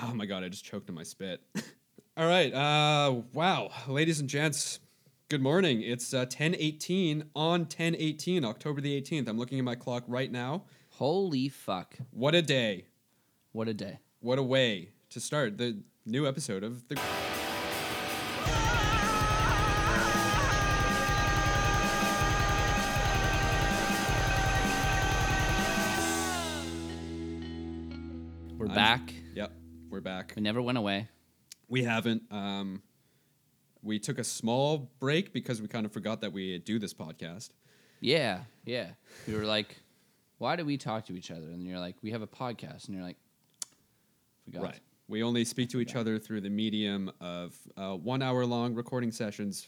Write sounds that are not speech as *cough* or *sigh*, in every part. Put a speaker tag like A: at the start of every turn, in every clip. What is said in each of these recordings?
A: Oh my god, I just choked on my spit. *laughs* All right. Uh, wow, ladies and gents. Good morning. It's uh, 10:18 on 10:18, October the 18th. I'm looking at my clock right now.
B: Holy fuck.
A: What a day.
B: What a day.
A: What a way to start the new episode of the
B: We're
A: I'm-
B: back.
A: Yep, we're back.
B: We never went away.
A: We haven't um we took a small break because we kind of forgot that we do this podcast.
B: Yeah. Yeah. We were like, why do we talk to each other? And you're like, we have a podcast. And you're like, forgot.
A: Right. We only speak to each other through the medium of uh, one hour long recording sessions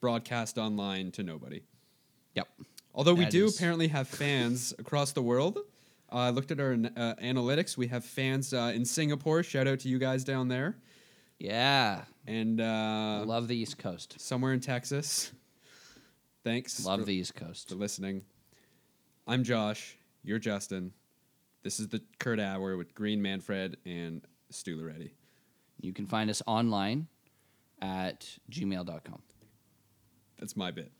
A: broadcast online to nobody.
B: Yep.
A: Although we
B: That
A: do
B: is-
A: apparently have
B: *laughs*
A: fans across the world. Uh, I looked at our uh, analytics. We have fans uh, in Singapore. Shout out to you guys down there.
B: Yeah.
A: And uh,
B: Love the East Coast.
A: somewhere in Texas. Thanks
B: Love
A: for,
B: the East Coast.
A: for listening. I'm Josh. You're Justin. This is the Kurt Hour with Green Manfred and Stu Loretti.
B: You can find us online at gmail.com.
A: That's my bit.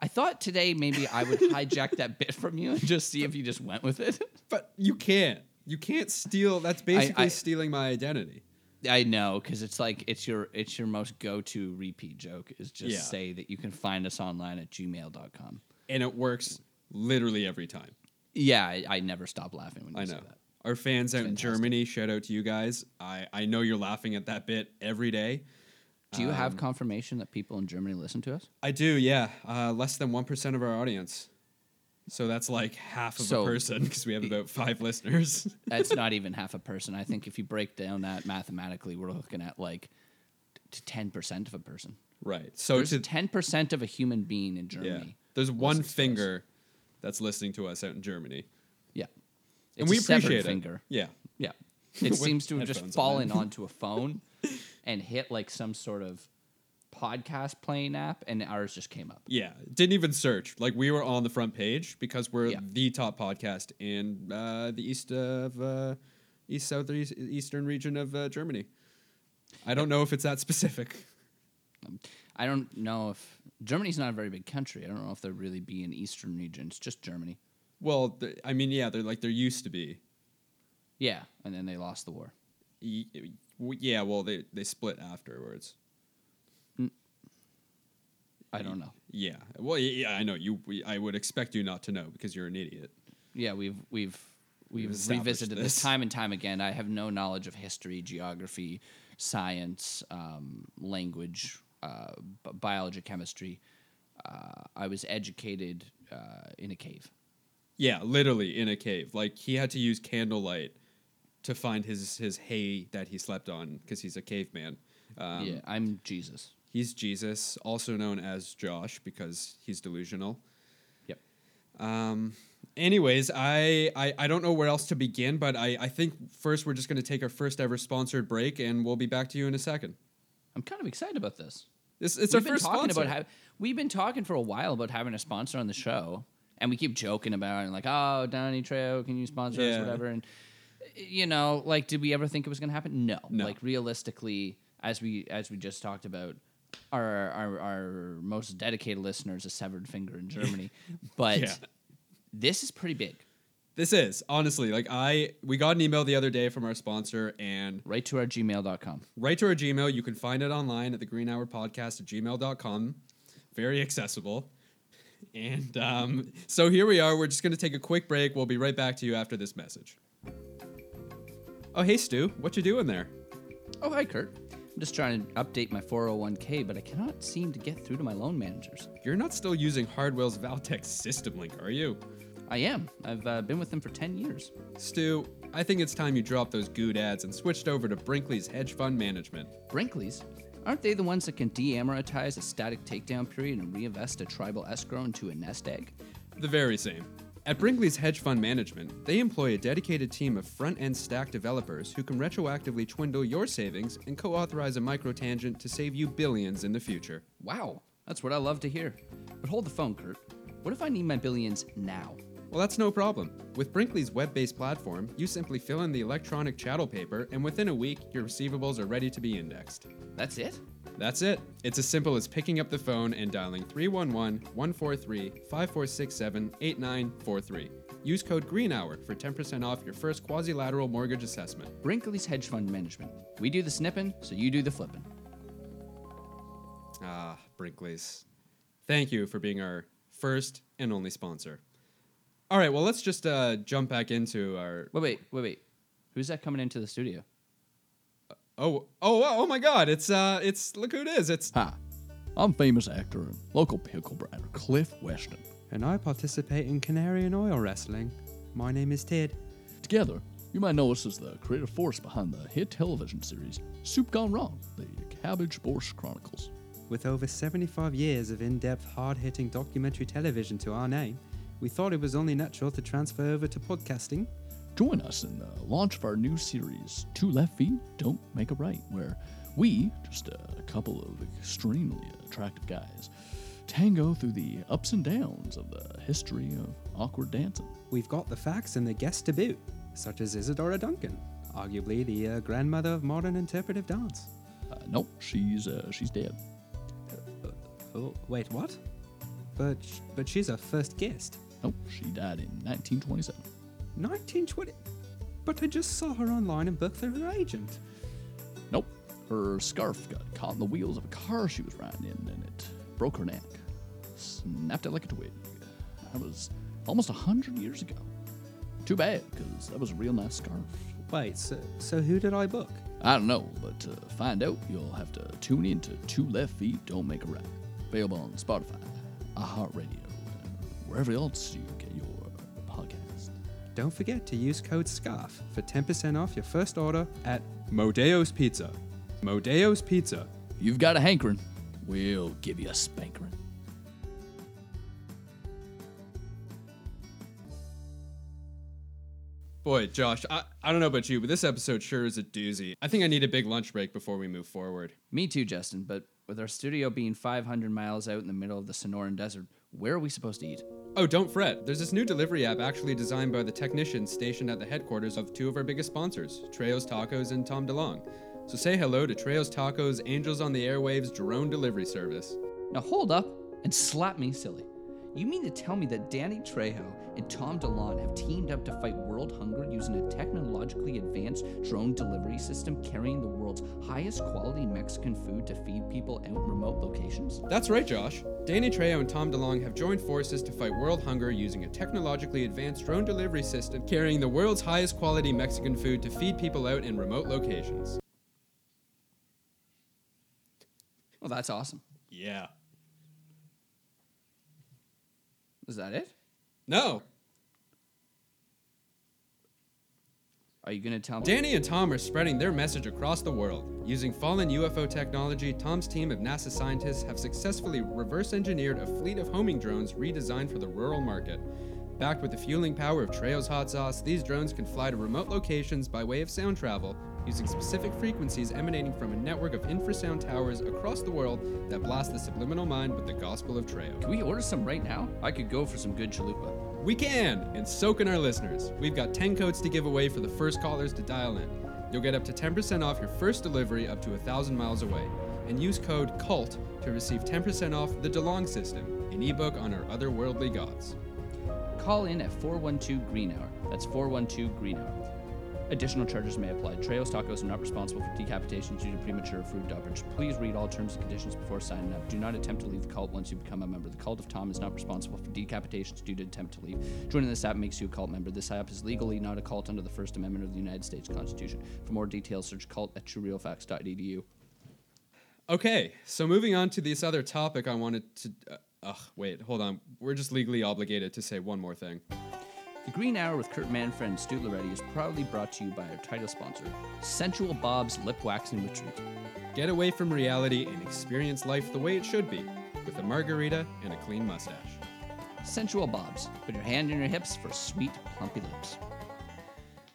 B: I thought today maybe
A: *laughs*
B: I would hijack that bit from you and just see if you just went with it.
A: But you can't. You can't steal. That's basically
B: I-
A: stealing my identity.
B: I know because it's like it's your it's your most go to repeat joke is just
A: Yeah.
B: say that you can find us online at gmail.com.
A: And it works literally every time.
B: Yeah, I, I never stop laughing when you
A: I
B: say
A: know.
B: that.
A: Our fans out in
B: Fantastic.
A: Germany, shout out to you guys. I, I know you're laughing at that bit every day.
B: Do you have
A: Um,
B: confirmation that people in Germany listen to us?
A: I do, yeah. Uh, less than 1% of our audience. So that's like half of
B: So-
A: a person because we have about five listeners.
B: That's not even half a person. I think if you break down that mathematically, we're looking at like to ten percent of a person.
A: *laughs* right. So
B: There's
A: to,
B: ten percent of a human being in
A: yeah.
B: Germany.
A: There's one
B: listens to us.
A: finger that's listening to us out in Germany.
B: Yeah, it's
A: and we
B: a severed
A: appreciate
B: finger.
A: it. Yeah. *laughs*
B: Yeah, it
A: With
B: seems to have just
A: headphones on
B: fallen onto a phone *laughs* and hit like some sort of podcast playing app, and ours just came up.
A: Yeah, didn't even search. Like we were on the front page because we're
B: Yeah.
A: the top podcast in uh, the east of uh, east south east, eastern region of uh, Germany. I don't know if it's that specific. *laughs*
B: Um, I don't know if Germany's not a very big country. I don't know if there really be an eastern region. It's just Germany.
A: Well, th- I mean, yeah, they're like there used to be.
B: Yeah, and then they lost the war.
A: Y- w- Yeah, well, they they split afterwards.
B: I don't know.
A: Yeah, well, y- yeah, I know you. We, I would expect you not to know because you're an idiot.
B: Yeah, we've we've
A: We've
B: we've
A: established
B: revisited this.
A: this.
B: *laughs* time and time again. I have no knowledge of history, geography, science, um, language, uh, b- biology, chemistry. Uh, I was educated uh, in a cave.
A: Yeah, literally in a cave. Like he had to use candlelight to find his his hay that he slept on because he's a caveman. Um,
B: yeah, I'm Jesus.
A: He's Jesus, also known as Josh because he's delusional.
B: Yep.
A: Um, anyways, I, I I don't know where else to begin, but I I think first we're just going to take our first ever sponsored break, and we'll be back to you in a second.
B: I'm kind of excited about this.
A: This it's our
B: we've been
A: first
B: talking
A: sponsor.
B: about how we've been talking for a while about having a sponsor on the show, and we keep joking about it, and like, oh, Donny Trejo, can you sponsor us,
A: Yeah.
B: whatever. And you know, like, did we ever think it was going to happen? No.
A: No.
B: Like, realistically, as we as we just talked about, our our, our most dedicated listener is a severed finger in
A: *laughs*
B: Germany, but
A: Yeah.
B: this is pretty big.
A: this is honestly like I we got an email the other day from our sponsor, and
B: Right to our gmail.com.
A: write to our Gmail. You can find it online at the Green Hour Podcast at gmail.com. Very accessible. And um, so here we are. We're just going to take a quick break. We'll be right back to you after this message. Oh, hey, Stu. What you doing there?
B: Oh, hi, Kurt. I'm just trying to update my 401k, but I cannot seem to get through to my loan managers.
A: You're not still using Hardwell's Valtex System Link, are you?
B: I am. I've uh, been with them for 10 years.
A: Stu, I think it's time you dropped those good ads and switched over to Brinkley's Hedge Fund Management.
B: Brinkley's? Aren't they the ones that can de amortize a static takedown period and reinvest a tribal escrow into a nest egg?
A: The very same. At Brinkley's Hedge Fund Management, they employ a dedicated team of front end stack developers who can retroactively twindle your savings and co authorize a micro tangent to save you billions in the future.
B: Wow, that's what I love to hear. But hold the phone, Kurt. What if I need my billions now?
A: Well, that's no problem. With Brinkley's web based platform, you simply fill in the electronic chattel paper, and within a week, your receivables are ready to be indexed.
B: That's it?
A: That's it. It's as simple as picking up the phone and dialing 311 143 5467 8943. Use code GREENHOUR for 10% off your first quasi-lateral mortgage assessment.
B: Brinkley's Hedge Fund Management. We do the snipping, so you do the flipping.
A: Ah, Brinkley's. Thank you for being our first and only sponsor. All right, well, let's just uh, jump back into our.
B: Wait, wait, wait, wait. Who's that coming into the studio?
A: Oh, oh, oh, oh my God! It's uh, it's look who it is! It's
C: Hi, I'm famous actor and local pickle briner Cliff Weston.
A: and I participate in Canary and Oil Wrestling. My name is Ted.
C: Together, you might know us as the creative force behind the hit television series Soup Gone Wrong, The Cabbage Borscht Chronicles.
D: With over 75 years of in depth, hard hitting documentary television to our name, we thought it was only natural to transfer over to podcasting.
C: Join us in the launch of our new series, Two Left Feet Don't Make a Right, where we, just a couple of extremely attractive guys, tango through the ups and downs of the history of awkward dancing.
D: We've got the facts and the guests to boot, such as Isadora Duncan, arguably the uh, grandmother of modern interpretive dance.
C: Uh, nope, she's uh, she's dead.
D: Oh, wait, what? But, sh- but she's our first guest.
C: Nope, she died in 1927.
D: 1920. But I just saw her online and booked through her agent.
C: Nope. Her scarf got caught in the wheels of a car she was riding in, and it broke her neck. Snapped it like a twig. That was almost a hundred years ago. Too bad, because that was a real nice scarf.
D: Wait, so, so who did I book?
C: I don't know, but to find out, you'll have to tune in to Two Left Feet Don't Make a Right. Available on Spotify, iHeartRadio, and wherever else you get your podcast.
D: Don't forget to use code SCARF for 10% off your first order at
A: Modeo's Pizza. Modeo's Pizza.
C: If you've got a hankering, we'll give you a spankering.
A: Boy, Josh, I, I don't know about you, but this episode sure is a doozy. I think I need a big lunch break before we move forward.
B: Me too, Justin, but with our studio being 500 miles out in the middle of the Sonoran Desert, where are we supposed to eat?
A: Oh, don't fret. There's this new delivery app actually designed by the technicians stationed at the headquarters of two of our biggest sponsors, Treos Tacos and Tom DeLong. So say hello to Treos Tacos Angels on the Airwaves drone delivery service.
B: Now hold up and slap me silly. You mean to tell me that Danny Trejo and Tom DeLon have teamed up to fight world hunger using a technologically advanced drone delivery system carrying the world's highest quality Mexican food to feed people out in remote locations?
A: That's right, Josh. Danny Trejo and Tom DeLong have joined forces to fight world hunger using a technologically advanced drone delivery system carrying the world's highest quality Mexican food to feed people out in remote locations.
B: Well, that's awesome.
A: Yeah.
B: Is that it?
A: No.
B: Are you going to tell me?
A: Danny and Tom are spreading their message across the world. Using fallen UFO technology, Tom's team of NASA scientists have successfully reverse engineered a fleet of homing drones redesigned for the rural market. Backed with the fueling power of Trejo's hot sauce, these drones can fly to remote locations by way of sound travel, using specific frequencies emanating from a network of infrasound towers across the world that blast the subliminal mind with the gospel of Trejo.
B: Can we order some right now? I could go for some good chalupa.
A: We can, and so can our listeners. We've got 10 codes to give away for the first callers to dial in. You'll get up to 10% off your first delivery up to 1,000 miles away. And use code CULT to receive 10% off The DeLong System, an ebook on our otherworldly gods.
B: Call in at 412 Green Hour. That's 412 Green Hour. Additional charges may apply. Treos tacos are not responsible for decapitations due to premature food dopage. Please read all terms and conditions before signing up. Do not attempt to leave the cult once you become a member. The cult of Tom is not responsible for decapitations due to attempt to leave. Joining this app makes you a cult member. This app is legally not a cult under the First Amendment of the United States Constitution. For more details, search cult at truerealfacts.edu.
A: Okay, so moving on to this other topic, I wanted to. Uh, ugh, wait, hold on. We're just legally obligated to say one more thing.
B: The Green Hour with Kurt Manfred and Stu Loretti is proudly brought to you by our title sponsor, Sensual Bob's Lip Waxing Retreat.
A: Get away from reality and experience life the way it should be, with a margarita and a clean mustache.
B: Sensual Bobs. Put your hand in your hips for sweet, plumpy lips.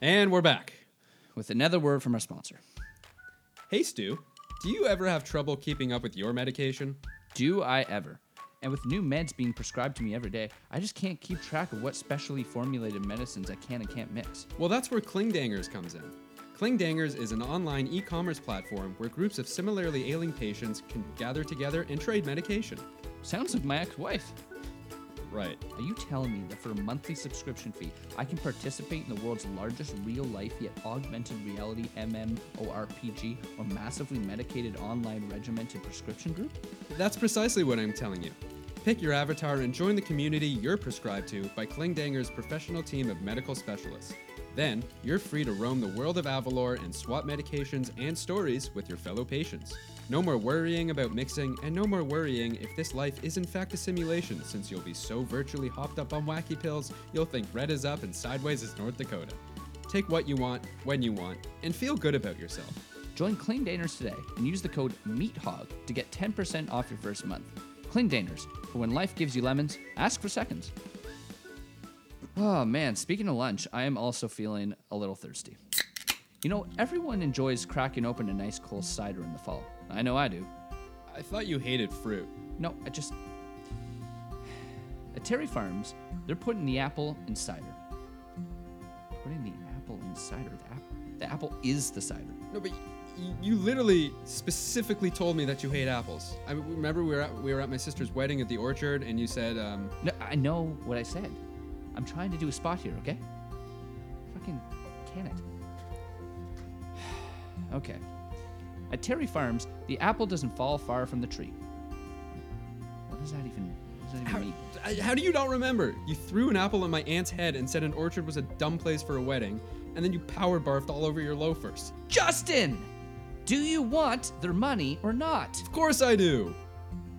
A: And we're back.
B: With another word from our sponsor.
A: Hey, Stu, do you ever have trouble keeping up with your medication?
B: Do I ever? And with new meds being prescribed to me every day, I just can't keep track of what specially formulated medicines I can and can't mix.
A: Well, that's where Klingdangers comes in. Klingdangers is an online e commerce platform where groups of similarly ailing patients can gather together and trade medication.
B: Sounds like my ex wife.
A: Right.
B: Are you telling me that for a monthly subscription fee, I can participate in the world's largest real life yet augmented reality MMORPG or massively medicated online regimented prescription group?
A: That's precisely what I'm telling you. Pick your avatar and join the community you're prescribed to by Klingdanger's professional team of medical specialists. Then, you're free to roam the world of Avalor and swap medications and stories with your fellow patients. No more worrying about mixing, and no more worrying if this life is in fact a simulation, since you'll be so virtually hopped up on wacky pills, you'll think red is up and sideways is North Dakota. Take what you want, when you want, and feel good about yourself.
B: Join Cleandaners today and use the code MEATHOG to get 10% off your first month. Cleandaners, for when life gives you lemons, ask for seconds. Oh man, speaking of lunch, I am also feeling a little thirsty. You know, everyone enjoys cracking open a nice cold cider in the fall. I know I do.
A: I thought you hated fruit.
B: No, I just. At Terry Farms, they're putting the apple in cider. Putting the apple in cider? The, ap- the apple is the cider.
A: No, but y- y- you literally specifically told me that you hate apples. I mean, remember we were at, we were at my sister's wedding at the orchard, and you said, um,
B: No, I know what I said. I'm trying to do a spot here, okay? Fucking can it. *sighs* okay. At Terry Farms, the apple doesn't fall far from the tree. What does that even, what does that even
A: how,
B: mean?
A: I- "How do you not remember? You threw an apple on my aunt's head and said an orchard was a dumb place for a wedding, and then you power barfed all over your loafers."
B: Justin! Do you want their money or not?
A: Of course I do.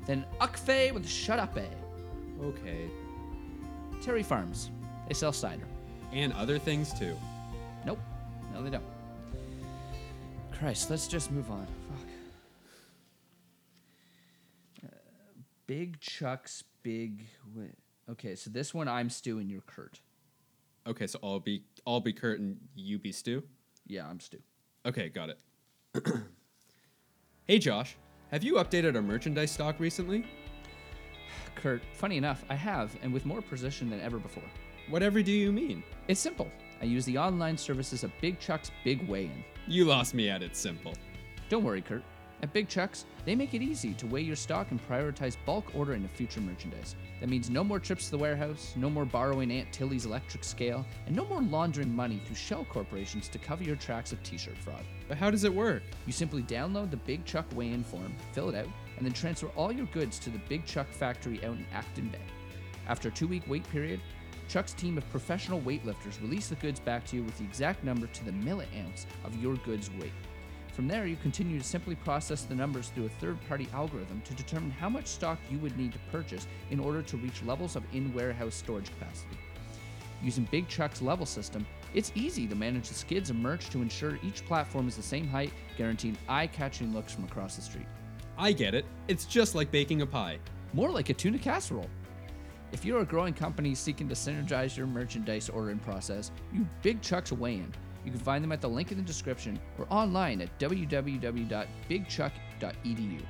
B: Then Ukfe with Shut Up A.
A: Okay.
B: Terry Farms. They sell cider.
A: And other things too.
B: Nope. No, they don't. Christ, let's just move on. Fuck. Uh, Big Chuck's Big. Wi- Okay, so this one I'm Stu and you're Kurt.
A: Okay, so I'll be I'll be Kurt and you be Stu.
B: Yeah, I'm Stu.
A: Okay, got it. *clears throat* hey Josh, have you updated our merchandise stock recently?
B: Kurt, funny enough, I have, and with more precision than ever before.
A: Whatever do you mean?
B: It's simple. I use the online services of Big Chuck's Big Weigh In.
A: You lost me at it's simple.
B: Don't worry, Kurt. At Big Chuck's, they make it easy to weigh your stock and prioritize bulk ordering of future merchandise. That means no more trips to the warehouse, no more borrowing Aunt Tilly's electric scale, and no more laundering money through shell corporations to cover your tracks of t shirt fraud.
A: But how does it work?
B: You simply download the Big Chuck weigh in form, fill it out, and then transfer all your goods to the Big Chuck factory out in Acton Bay. After a two week wait period, Chuck's team of professional weightlifters release the goods back to you with the exact number to the millet ounce of your goods weight. From there, you continue to simply process the numbers through a third party algorithm to determine how much stock you would need to purchase in order to reach levels of in warehouse storage capacity. Using Big Chuck's level system, it's easy to manage the skids and merch to ensure each platform is the same height, guaranteeing eye catching looks from across the street.
A: I get it. It's just like baking a pie.
B: More like a tuna casserole. If you're a growing company seeking to synergize your merchandise ordering process, you Big Chuck's weigh in. You can find them at the link in the description or online at www.bigchuck.edu. E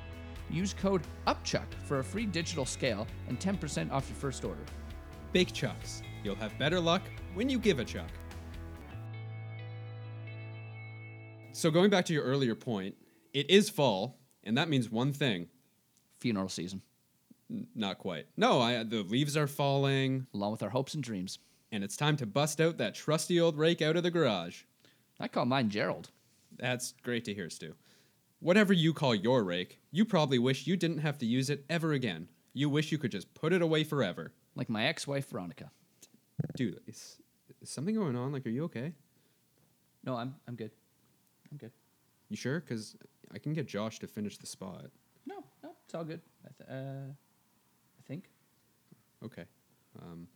B: Use code UPCHUCK for a free digital scale and 10% off your first order.
A: Bake chucks. You'll have better luck when you give a chuck. So, going back to your earlier point, it is fall, and that means one thing.
B: Funeral season,
A: N- Not quite. No, I, the leaves are falling,
B: along with our hopes and dreams.
A: and it's time to bust out that trusty old rake out of the garage.
B: I call mine Gerald.
A: That's great to hear, Stu. Whatever you call your rake, you probably wish you didn't have to use it ever again. You wish you could just put it away forever.
B: like my ex-wife Veronica.
A: Dude, is, is something going on? Like, are you okay?
B: No, I'm I'm good. I'm good.
A: You sure? Because I can get Josh to finish the spot.
B: No, no, it's all good. I th- uh, I think.
A: Okay. Um,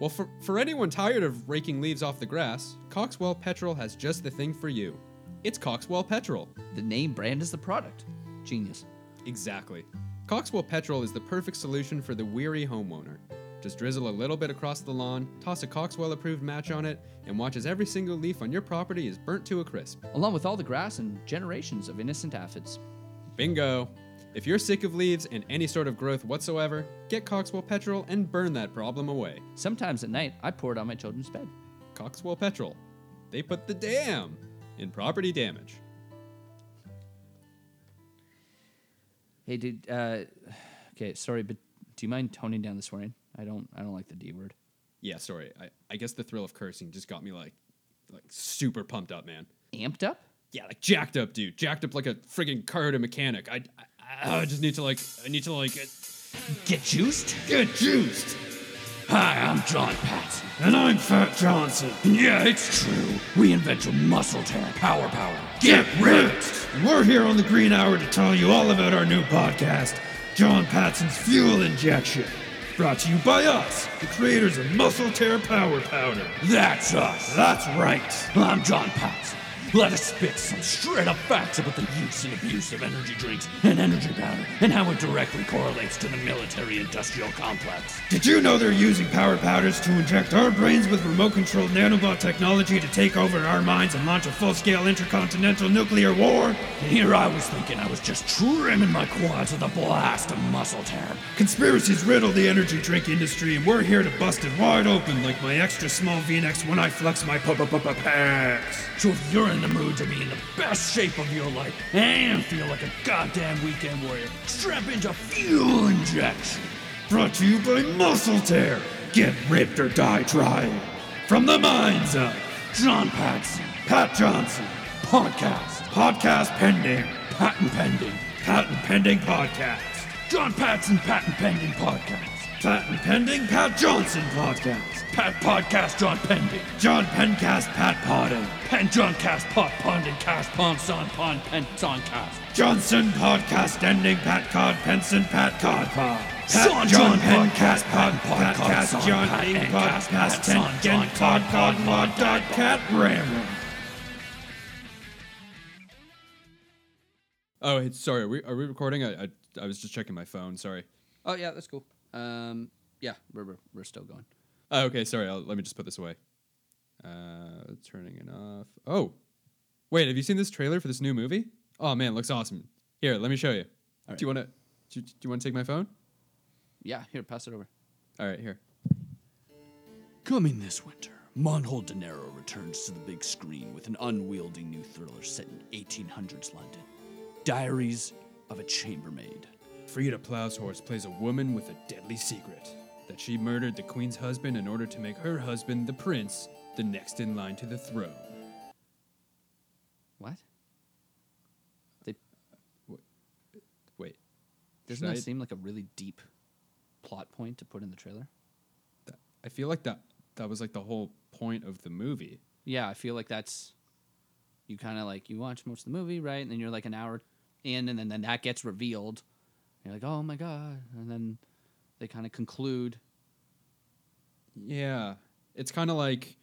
A: well, for, for anyone tired of raking leaves off the grass, Coxwell Petrol has just the thing for you. It's Coxwell Petrol.
B: The name brand is the product. Genius.
A: Exactly. Coxwell Petrol is the perfect solution for the weary homeowner. Just drizzle a little bit across the lawn, toss a Coxwell approved match on it, and watch as every single leaf on your property is burnt to a crisp.
B: Along with all the grass and generations of innocent aphids.
A: Bingo! If you're sick of leaves and any sort of growth whatsoever, get Coxwell Petrol and burn that problem away.
B: Sometimes at night, I pour it on my children's bed.
A: Coxwell Petrol. They put the damn in property damage.
B: Hey, dude. Uh, okay, sorry, but do you mind toning down the swearing? I don't. I don't like the D word.
A: Yeah, sorry. I, I guess the thrill of cursing just got me like like super pumped up, man.
B: Amped up?
A: Yeah, like jacked up, dude. Jacked up like a friggin' car to mechanic. I, I, I just need to like I need to like get,
B: Get juiced?
A: get juiced.
B: Hi, I'm John Patson. And I'm Fat Johnson. yeah, it's true. We invented muscle tear power power.
E: Get ripped! And we're here on the Green Hour to tell you all about our new podcast, John Patson's Fuel Injection. Brought to you by us, the creators of Muscle Tear Power Powder.
B: That's us.
E: That's right.
B: I'm John Patson. Let us spit some straight up facts about the use and abuse of energy drinks and energy powder and how it directly correlates to the military industrial complex.
E: Did you know they're using power powders to inject our brains with remote controlled nanobot technology to take over our minds and launch a full scale intercontinental nuclear war?
B: And here I was thinking I was just trimming my quads with a blast of muscle tear.
E: Conspiracies riddle the energy drink industry, and we're here to bust it wide open like my extra small v necks when I flex my pu- pu- pu- pu- packs.
B: So if you're in the mood to be in the best shape of your life and feel like a goddamn weekend warrior, strap into fuel injection.
E: Brought to you by Muscle Tear. Get ripped or die trying. From the minds of
B: John Paxson,
E: Pat Johnson.
B: podcast,
E: Podcast pending.
B: patent pending.
E: Patent pending podcast.
B: John Patson, patent pending podcast.
E: Patent pending Pat Johnson podcast.
B: Pat podcast, John pending.
E: John Pencast Pat Podding.
B: Pen John cast, pot pond and cast, pond son pond pen son cast.
E: Johnson podcast ending Pat Cod Penson Pat Cod Pod. Pat
B: Son John
E: John
B: Pencast,
E: Pencast Pod
B: Pat Cod, Son
E: Podcast John
B: Pat
E: Ing
B: Pencast, Pat
E: Podcast
B: Son
E: and Gen
B: John Pod
E: Pod Cod Mod
B: Pod
E: Dot Cat Ram.
A: Oh, hey, sorry. Are we are we recording? I, I I was just checking my phone. Sorry.
B: Oh yeah, that's cool. Um, yeah, we're, we're, we're still going.
A: Oh, okay, sorry. I'll, let me just put this away. Uh, turning it off. Oh, wait. Have you seen this trailer for this new movie? Oh man, it looks awesome. Here, let me show you. Do you want to? Do, do you want to take my phone?
B: Yeah, here, pass it over.
A: All right, here.
C: Coming this winter, Monhold De Niro returns to the big screen with an unwieldy new thriller set in 1800s London Diaries of a Chambermaid.
A: Frida Plowshorse plays a woman with a deadly secret that she murdered the queen's husband in order to make her husband, the prince, the next in line to the throne.
B: What? They
A: Wait,
B: Doesn't
A: Should
B: that
A: I-
B: seem like a really deep plot point to put in the trailer?
A: that, I feel like that that was like the whole point of the movie.
B: Yeah, I feel like that's you kind of like you watch most of the movie, right? And then you're like an hour in, and then, then that gets revealed. And you're like, oh my god! And then they kind of conclude.
A: Yeah, it's kind of like,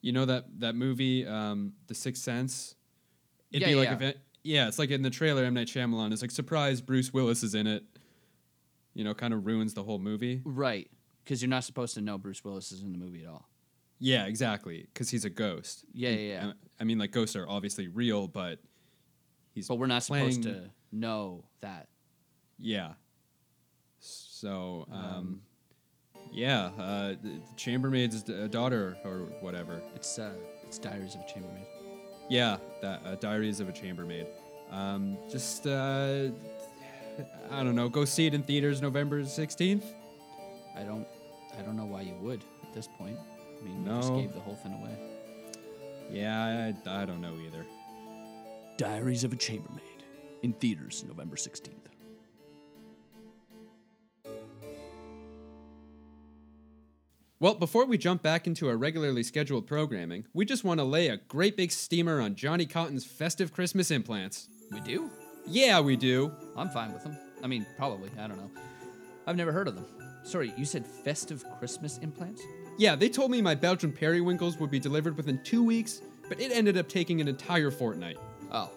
A: you know that that movie, um, The Sixth Sense. It'd
B: Yeah,
A: be
B: yeah,
A: like
B: yeah.
A: if it- yeah, it's like in the trailer, M Night Shyamalan is like surprise Bruce Willis is in it. You know, kind of ruins the whole movie.
B: Right, because you're not supposed to know Bruce Willis is in the movie at all.
A: Yeah, exactly, because he's a ghost.
B: Yeah, yeah, yeah.
A: I- I mean, like ghosts are obviously real, but he's
B: But we're not supposed
A: playing-
B: to know that.
A: Yeah. So, um, yeah, uh, the the chambermaid's d- uh, daughter or whatever.
B: It's uh, it's Diaries of a Chambermaid.
A: Yeah, that uh, Diaries of a Chambermaid. Um, just uh, I don't know. Go see it in theaters November sixteenth.
B: I don't, I don't know why you would at this point. I mean, you just
A: No.
B: gave the whole thing away.
A: Yeah, I, I don't know either.
C: Diaries of a Chambermaid in theaters November 16th.
A: Well, before we jump back into our regularly scheduled programming, we just want to lay a great big steamer on Johnny Cotton's festive Christmas implants.
B: We do.
A: Yeah, we do.
B: I'm fine with them. I mean, probably. I don't know. I've never heard of them. Sorry, you said festive Christmas implants?
A: Yeah, they told me my Belgian periwinkles would be delivered within two weeks, but it ended up taking an entire fortnight.
B: Oh.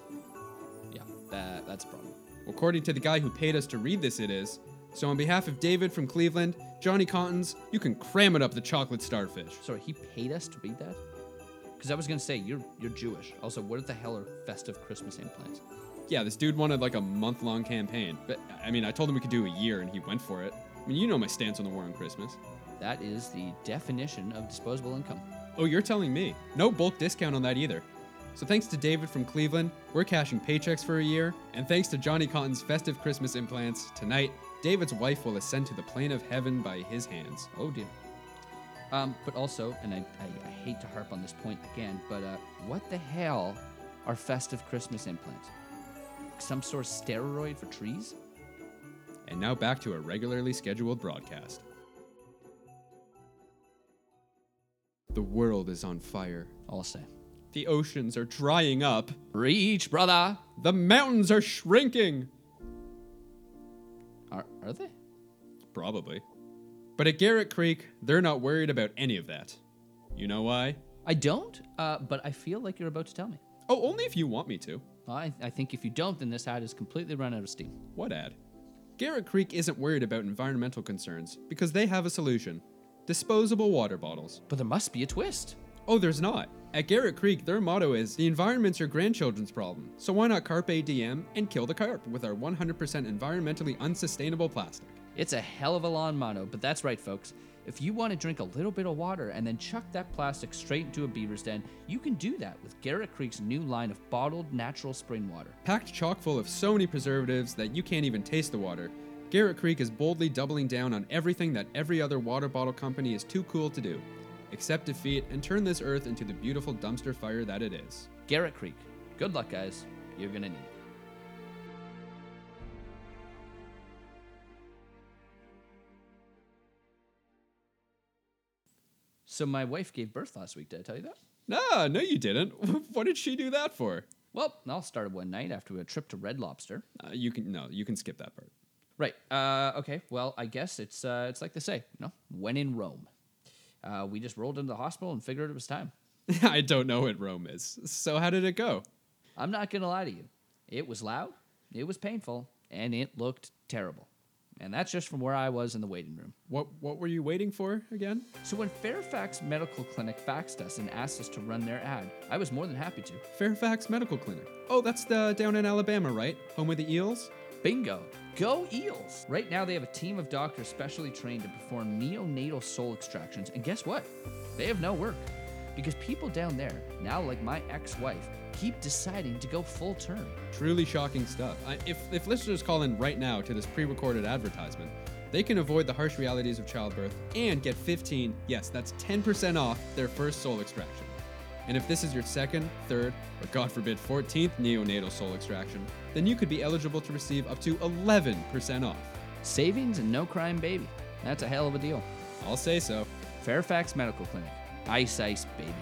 B: Yeah, that, that's a problem.
A: According to the guy who paid us to read this, it is. So, on behalf of David from Cleveland, Johnny Cottons, you can cram it up the chocolate starfish.
B: Sorry, he paid us to read that? Because I was going to say, you're, you're Jewish. Also, what the hell are festive Christmas implants?
A: yeah, this dude wanted like a month long campaign. But I mean, I told him we could do a year and he went for it. I mean, you know my stance on the war on Christmas.
B: That is the definition of disposable income.
A: Oh, you're telling me. No bulk discount on that either. So thanks to David from Cleveland, we're cashing paychecks for a year. And thanks to Johnny Cotton's festive Christmas implants, tonight, David's wife will ascend to the plane of heaven by his hands.
B: Oh dear. Um, but also, and I, I, I hate to harp on this point again, but uh, what the hell are festive Christmas implants? Some sort of steroid for trees?
A: And now back to a regularly scheduled broadcast. The world is on fire.
B: I'll say.
A: The oceans are drying up.
B: Reach, brother.
A: The mountains are shrinking.
B: Are, are they?
A: Probably. But at Garrett Creek, they're not worried about any of that. You know why?
B: I don't, uh, but I feel like you're about to tell me.
A: Oh, only if you want me to.
B: I, I think if you don't, then this ad is completely run out of steam.
A: What ad? Garrett Creek isn't worried about environmental concerns because they have a solution disposable water bottles.
B: But there must be a twist.
A: Oh, there's not. At Garrett Creek, their motto is the environment's your grandchildren's problem. So why not carpe diem and kill the carp with our 100% environmentally unsustainable plastic?
B: It's a hell of a lawn mono, but that's right, folks. If you want to drink a little bit of water and then chuck that plastic straight into a beaver's den, you can do that with Garrett Creek's new line of bottled natural spring water.
A: Packed chock full of so many preservatives that you can't even taste the water, Garrett Creek is boldly doubling down on everything that every other water bottle company is too cool to do. Accept defeat and turn this earth into the beautiful dumpster fire that it is.
B: Garrett Creek. Good luck, guys. You're going to need it. So, my wife gave birth last week. Did I tell you that?
A: Nah, no, you didn't. *laughs* what did she do that for?
B: Well, it all started one night after a trip to Red Lobster.
A: Uh, you can no, you can skip that part. *laughs*
B: Right. Uh, okay. Well, I guess it's uh, it's like they say, you know, when in Rome. Uh, we just rolled into the hospital and figured it was time.
A: I don't know what Rome is. So how did it go?
B: I'm not gonna lie to you. It was loud, it was painful, and it looked terrible. And that's just from where I was in the waiting room.
A: What what were you waiting for again?
B: So when Fairfax Medical Clinic faxed us and asked us to run their ad, I was more than happy to.
A: Fairfax Medical Clinic. Oh, that's the down in Alabama, right? Home of the Eels?
B: Bingo! Go Eels! Right now, they have a team of doctors specially trained to perform neonatal soul extractions, and guess what? They have no work. Because people down there, now like my ex wife, keep deciding to go full term.
A: Truly shocking stuff. I, if, if listeners call in right now to this pre recorded advertisement, they can avoid the harsh realities of childbirth and get 15, yes, that's 10% off their first soul extraction. And if this is your second, third, or God forbid, 14th neonatal soul extraction, then you could be eligible to receive up to 11% off.
B: Savings and no crime baby. That's a hell of a deal.
A: I'll say so.
B: Fairfax Medical Clinic. Ice Ice Baby.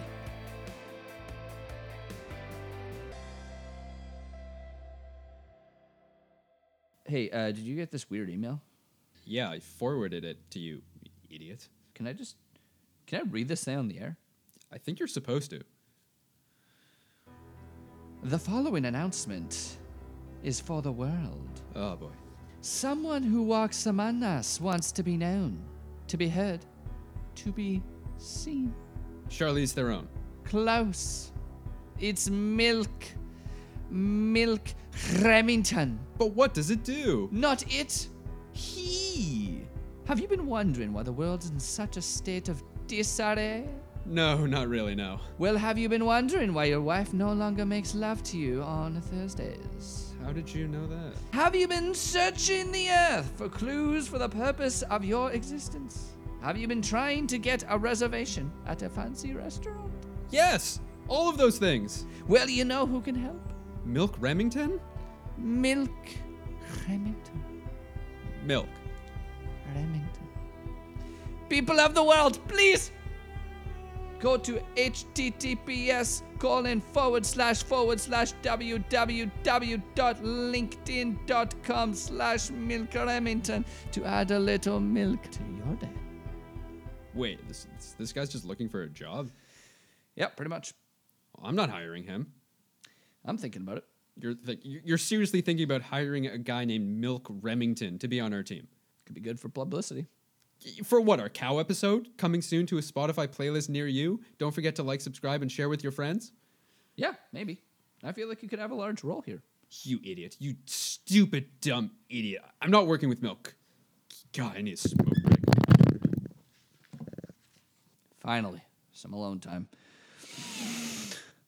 B: Hey, uh, did you get this weird email?
A: Yeah, I forwarded it to you, idiot.
B: Can I just. Can I read this thing on the air?
A: I think you're supposed to.
B: The following announcement is for the world.
A: Oh boy.
B: Someone who walks among us wants to be known, to be heard, to be seen.
A: Charlize Theron.
B: Close. It's milk. Milk Remington.
A: But what does it do?
B: Not it. He. Have you been wondering why the world's in such a state of disarray?
A: No, not really, no.
B: Well, have you been wondering why your wife no longer makes love to you on Thursdays?
A: How did you know that?
B: Have you been searching the earth for clues for the purpose of your existence? Have you been trying to get a reservation at a fancy restaurant?
A: Yes! All of those things!
B: Well, you know who can help.
A: Milk Remington?
B: Milk Remington.
A: Milk.
B: Remington. People of the world, please go to https colon forward slash forward slash www.linkedin.com slash milk remington to add a little milk to your day.
A: Wait, this, this, this guy's just looking for a job?
B: Yep, pretty much.
A: I'm not hiring him.
B: I'm thinking about it.
A: You're, th- you're seriously thinking about hiring a guy named Milk Remington to be on our team.
B: Could be good for publicity.
A: for what our cow episode coming soon to a spotify playlist near you don't forget to like subscribe and share with your friends
B: Yeah, maybe. I feel like you could have a large role here.
A: You idiot. You stupid, dumb idiot. I'm not working with milk. God, I need a smoke break. *sighs*
B: Finally, some alone time.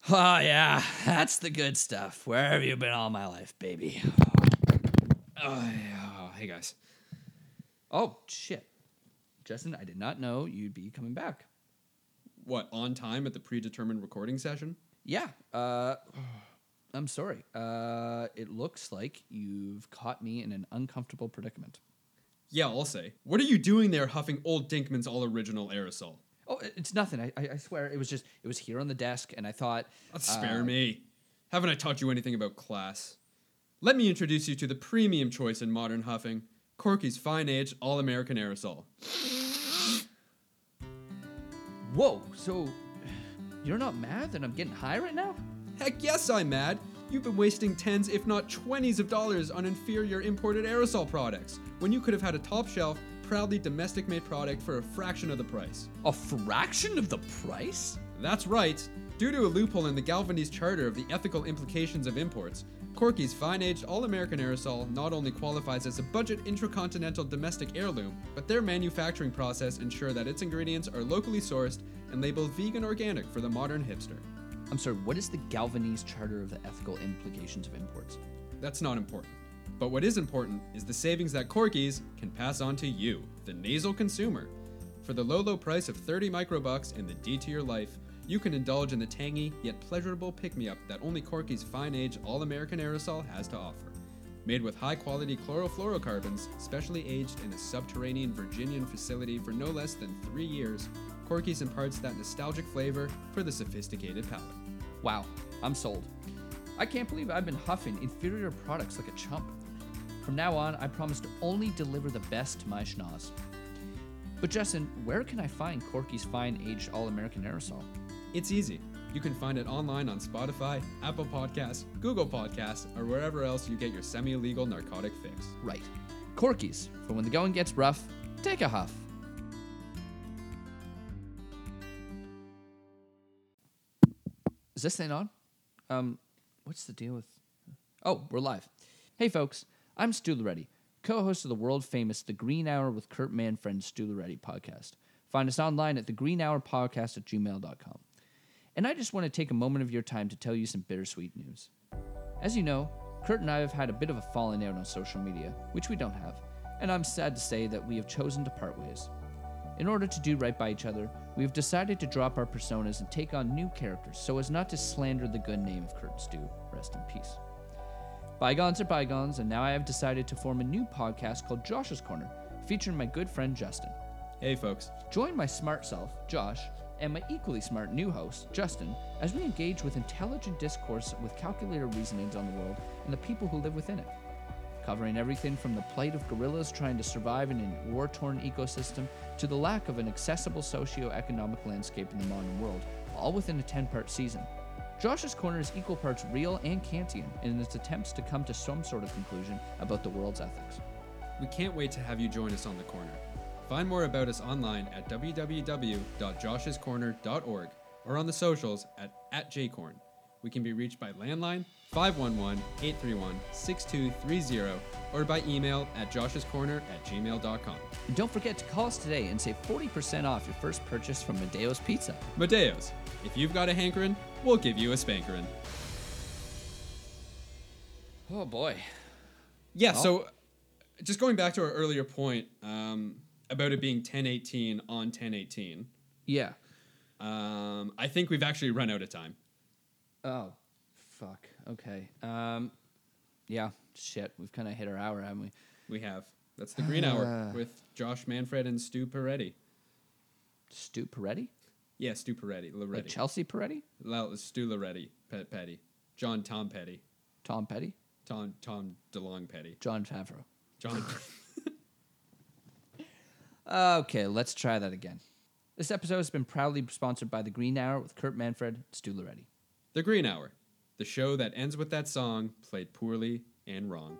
B: Oh, yeah, that's the good stuff. Where have you been all my life, baby?
A: Oh, yeah. Hey, guys.
B: Oh, shit. Justin, I did not know you'd be coming back.
A: What, on time at the predetermined recording session?
B: Yeah, uh, I'm sorry. Uh, it looks like you've caught me in an uncomfortable predicament.
A: Yeah, I'll say. What are you doing there huffing old Dinkman's all original aerosol?
B: Oh, it- it's nothing. I, I I swear. It was just, it was here on the desk, and I thought.
A: Oh,
B: uh,
A: spare me. Haven't I taught you anything about class? Let me introduce you to the premium choice in modern huffing Corky's Fine Age All American Aerosol.
B: Whoa, so you're not mad that I'm getting high right now?
A: Heck yes, I'm mad. You've been wasting tens, if not twenties, of dollars on inferior imported aerosol products when you could have had a top shelf, proudly domestic made product for a fraction of the price.
B: A fraction of the price?
A: That's right. Due to a loophole in the Galvanese Charter of the ethical implications of imports, Corky's fine aged all American aerosol not only qualifies as a budget intracontinental domestic heirloom, but their manufacturing process ensure that its ingredients are locally sourced and labeled vegan organic for the modern hipster.
B: I'm sorry, what is the Galvanese Charter of the Ethical Implications of Imports?
A: That's not important. But what is important is the savings that Corky's can pass on to you, the nasal consumer. For the low, low price of 30 microbucks and the D to your life, you can indulge in the tangy yet pleasurable pick me up that only Corky's fine age all American aerosol has to offer. Made with high quality chlorofluorocarbons, specially aged in a subterranean Virginian facility for no less than three years, Corky's imparts that nostalgic flavor for the sophisticated palate.
B: Wow, I'm sold. I can't believe I've been huffing inferior products like a chump. From now on, I promise to only deliver the best to my schnoz. But Justin, where can I find Corky's fine aged all American aerosol?
A: It's easy. You can find it online on Spotify, Apple Podcasts, Google Podcasts, or wherever else you get your semi illegal narcotic fix.
B: Right. Corky's, for when the going gets rough, take a huff. Is this thing on? Um, what's the deal with. Oh, we're live. Hey, folks, I'm Stu Loretti, co host of the world famous The Green Hour with Kurt Manfred Stu Loretti podcast. Find us online at thegreenhourpodcast at gmail.com. And I just want to take a moment of your time to tell you some bittersweet news. As you know, Kurt and I have had a bit of a falling out on social media, which we don't have, and I'm sad to say that we have chosen to part ways. In order to do right by each other, we have decided to drop our personas and take on new characters so as not to slander the good name of Kurt and Stu. Rest in peace. Bygones are bygones, and now I have decided to form a new podcast called Josh's Corner, featuring my good friend Justin.
A: Hey, folks,
B: Join my smart self, Josh, and my equally smart new host, Justin, as we engage with intelligent discourse with calculated reasonings on the world and the people who live within it. Covering everything from the plight of gorillas trying to survive in a war torn ecosystem to the lack of an accessible socio-economic landscape in the modern world, all within a 10 part season. Josh's Corner is equal parts real and Kantian in its attempts to come to some sort of conclusion about the world's ethics.
A: we can't wait to have you join us on the corner. Find more about us online at www.joshscorner.org or on the socials at, at jcorn. We can be reached by landline 511 831 6230 or by email at joshscorner at gmail.com.
B: And don't forget to call us today and save 40% off your first purchase from Medeo's Pizza.
A: Mateos, if you've got a hankering, we'll give you a spankerin'.
B: Oh boy.
A: Yeah. So, just going back to our earlier point um, about it being 1018 on 1018,
B: Yeah.
A: um, I think we've actually run out of time.
B: Oh, fuck. Okay. Um, yeah. Shit. We've kind of hit our hour, haven't we?
A: We have. That's the green hour with Josh Manfred and Stu Peretti.
B: Stu Peretti?
A: Yeah, Stu Peretti.
B: Like
A: Loretti.
B: Chelsea Peretti?
A: Well, Stu Loretti. Pe- Petty. John Tom Petty.
B: Tom Petty?
A: Tom Tom DeLong Petty.
B: John Favreau.
A: John.
B: Okay, let's try that again. This episode has been proudly sponsored by The Green Hour with Kurt Manfred, Stu Loretti.
A: the Green Hour, the show that ends with that song played poorly and wrong.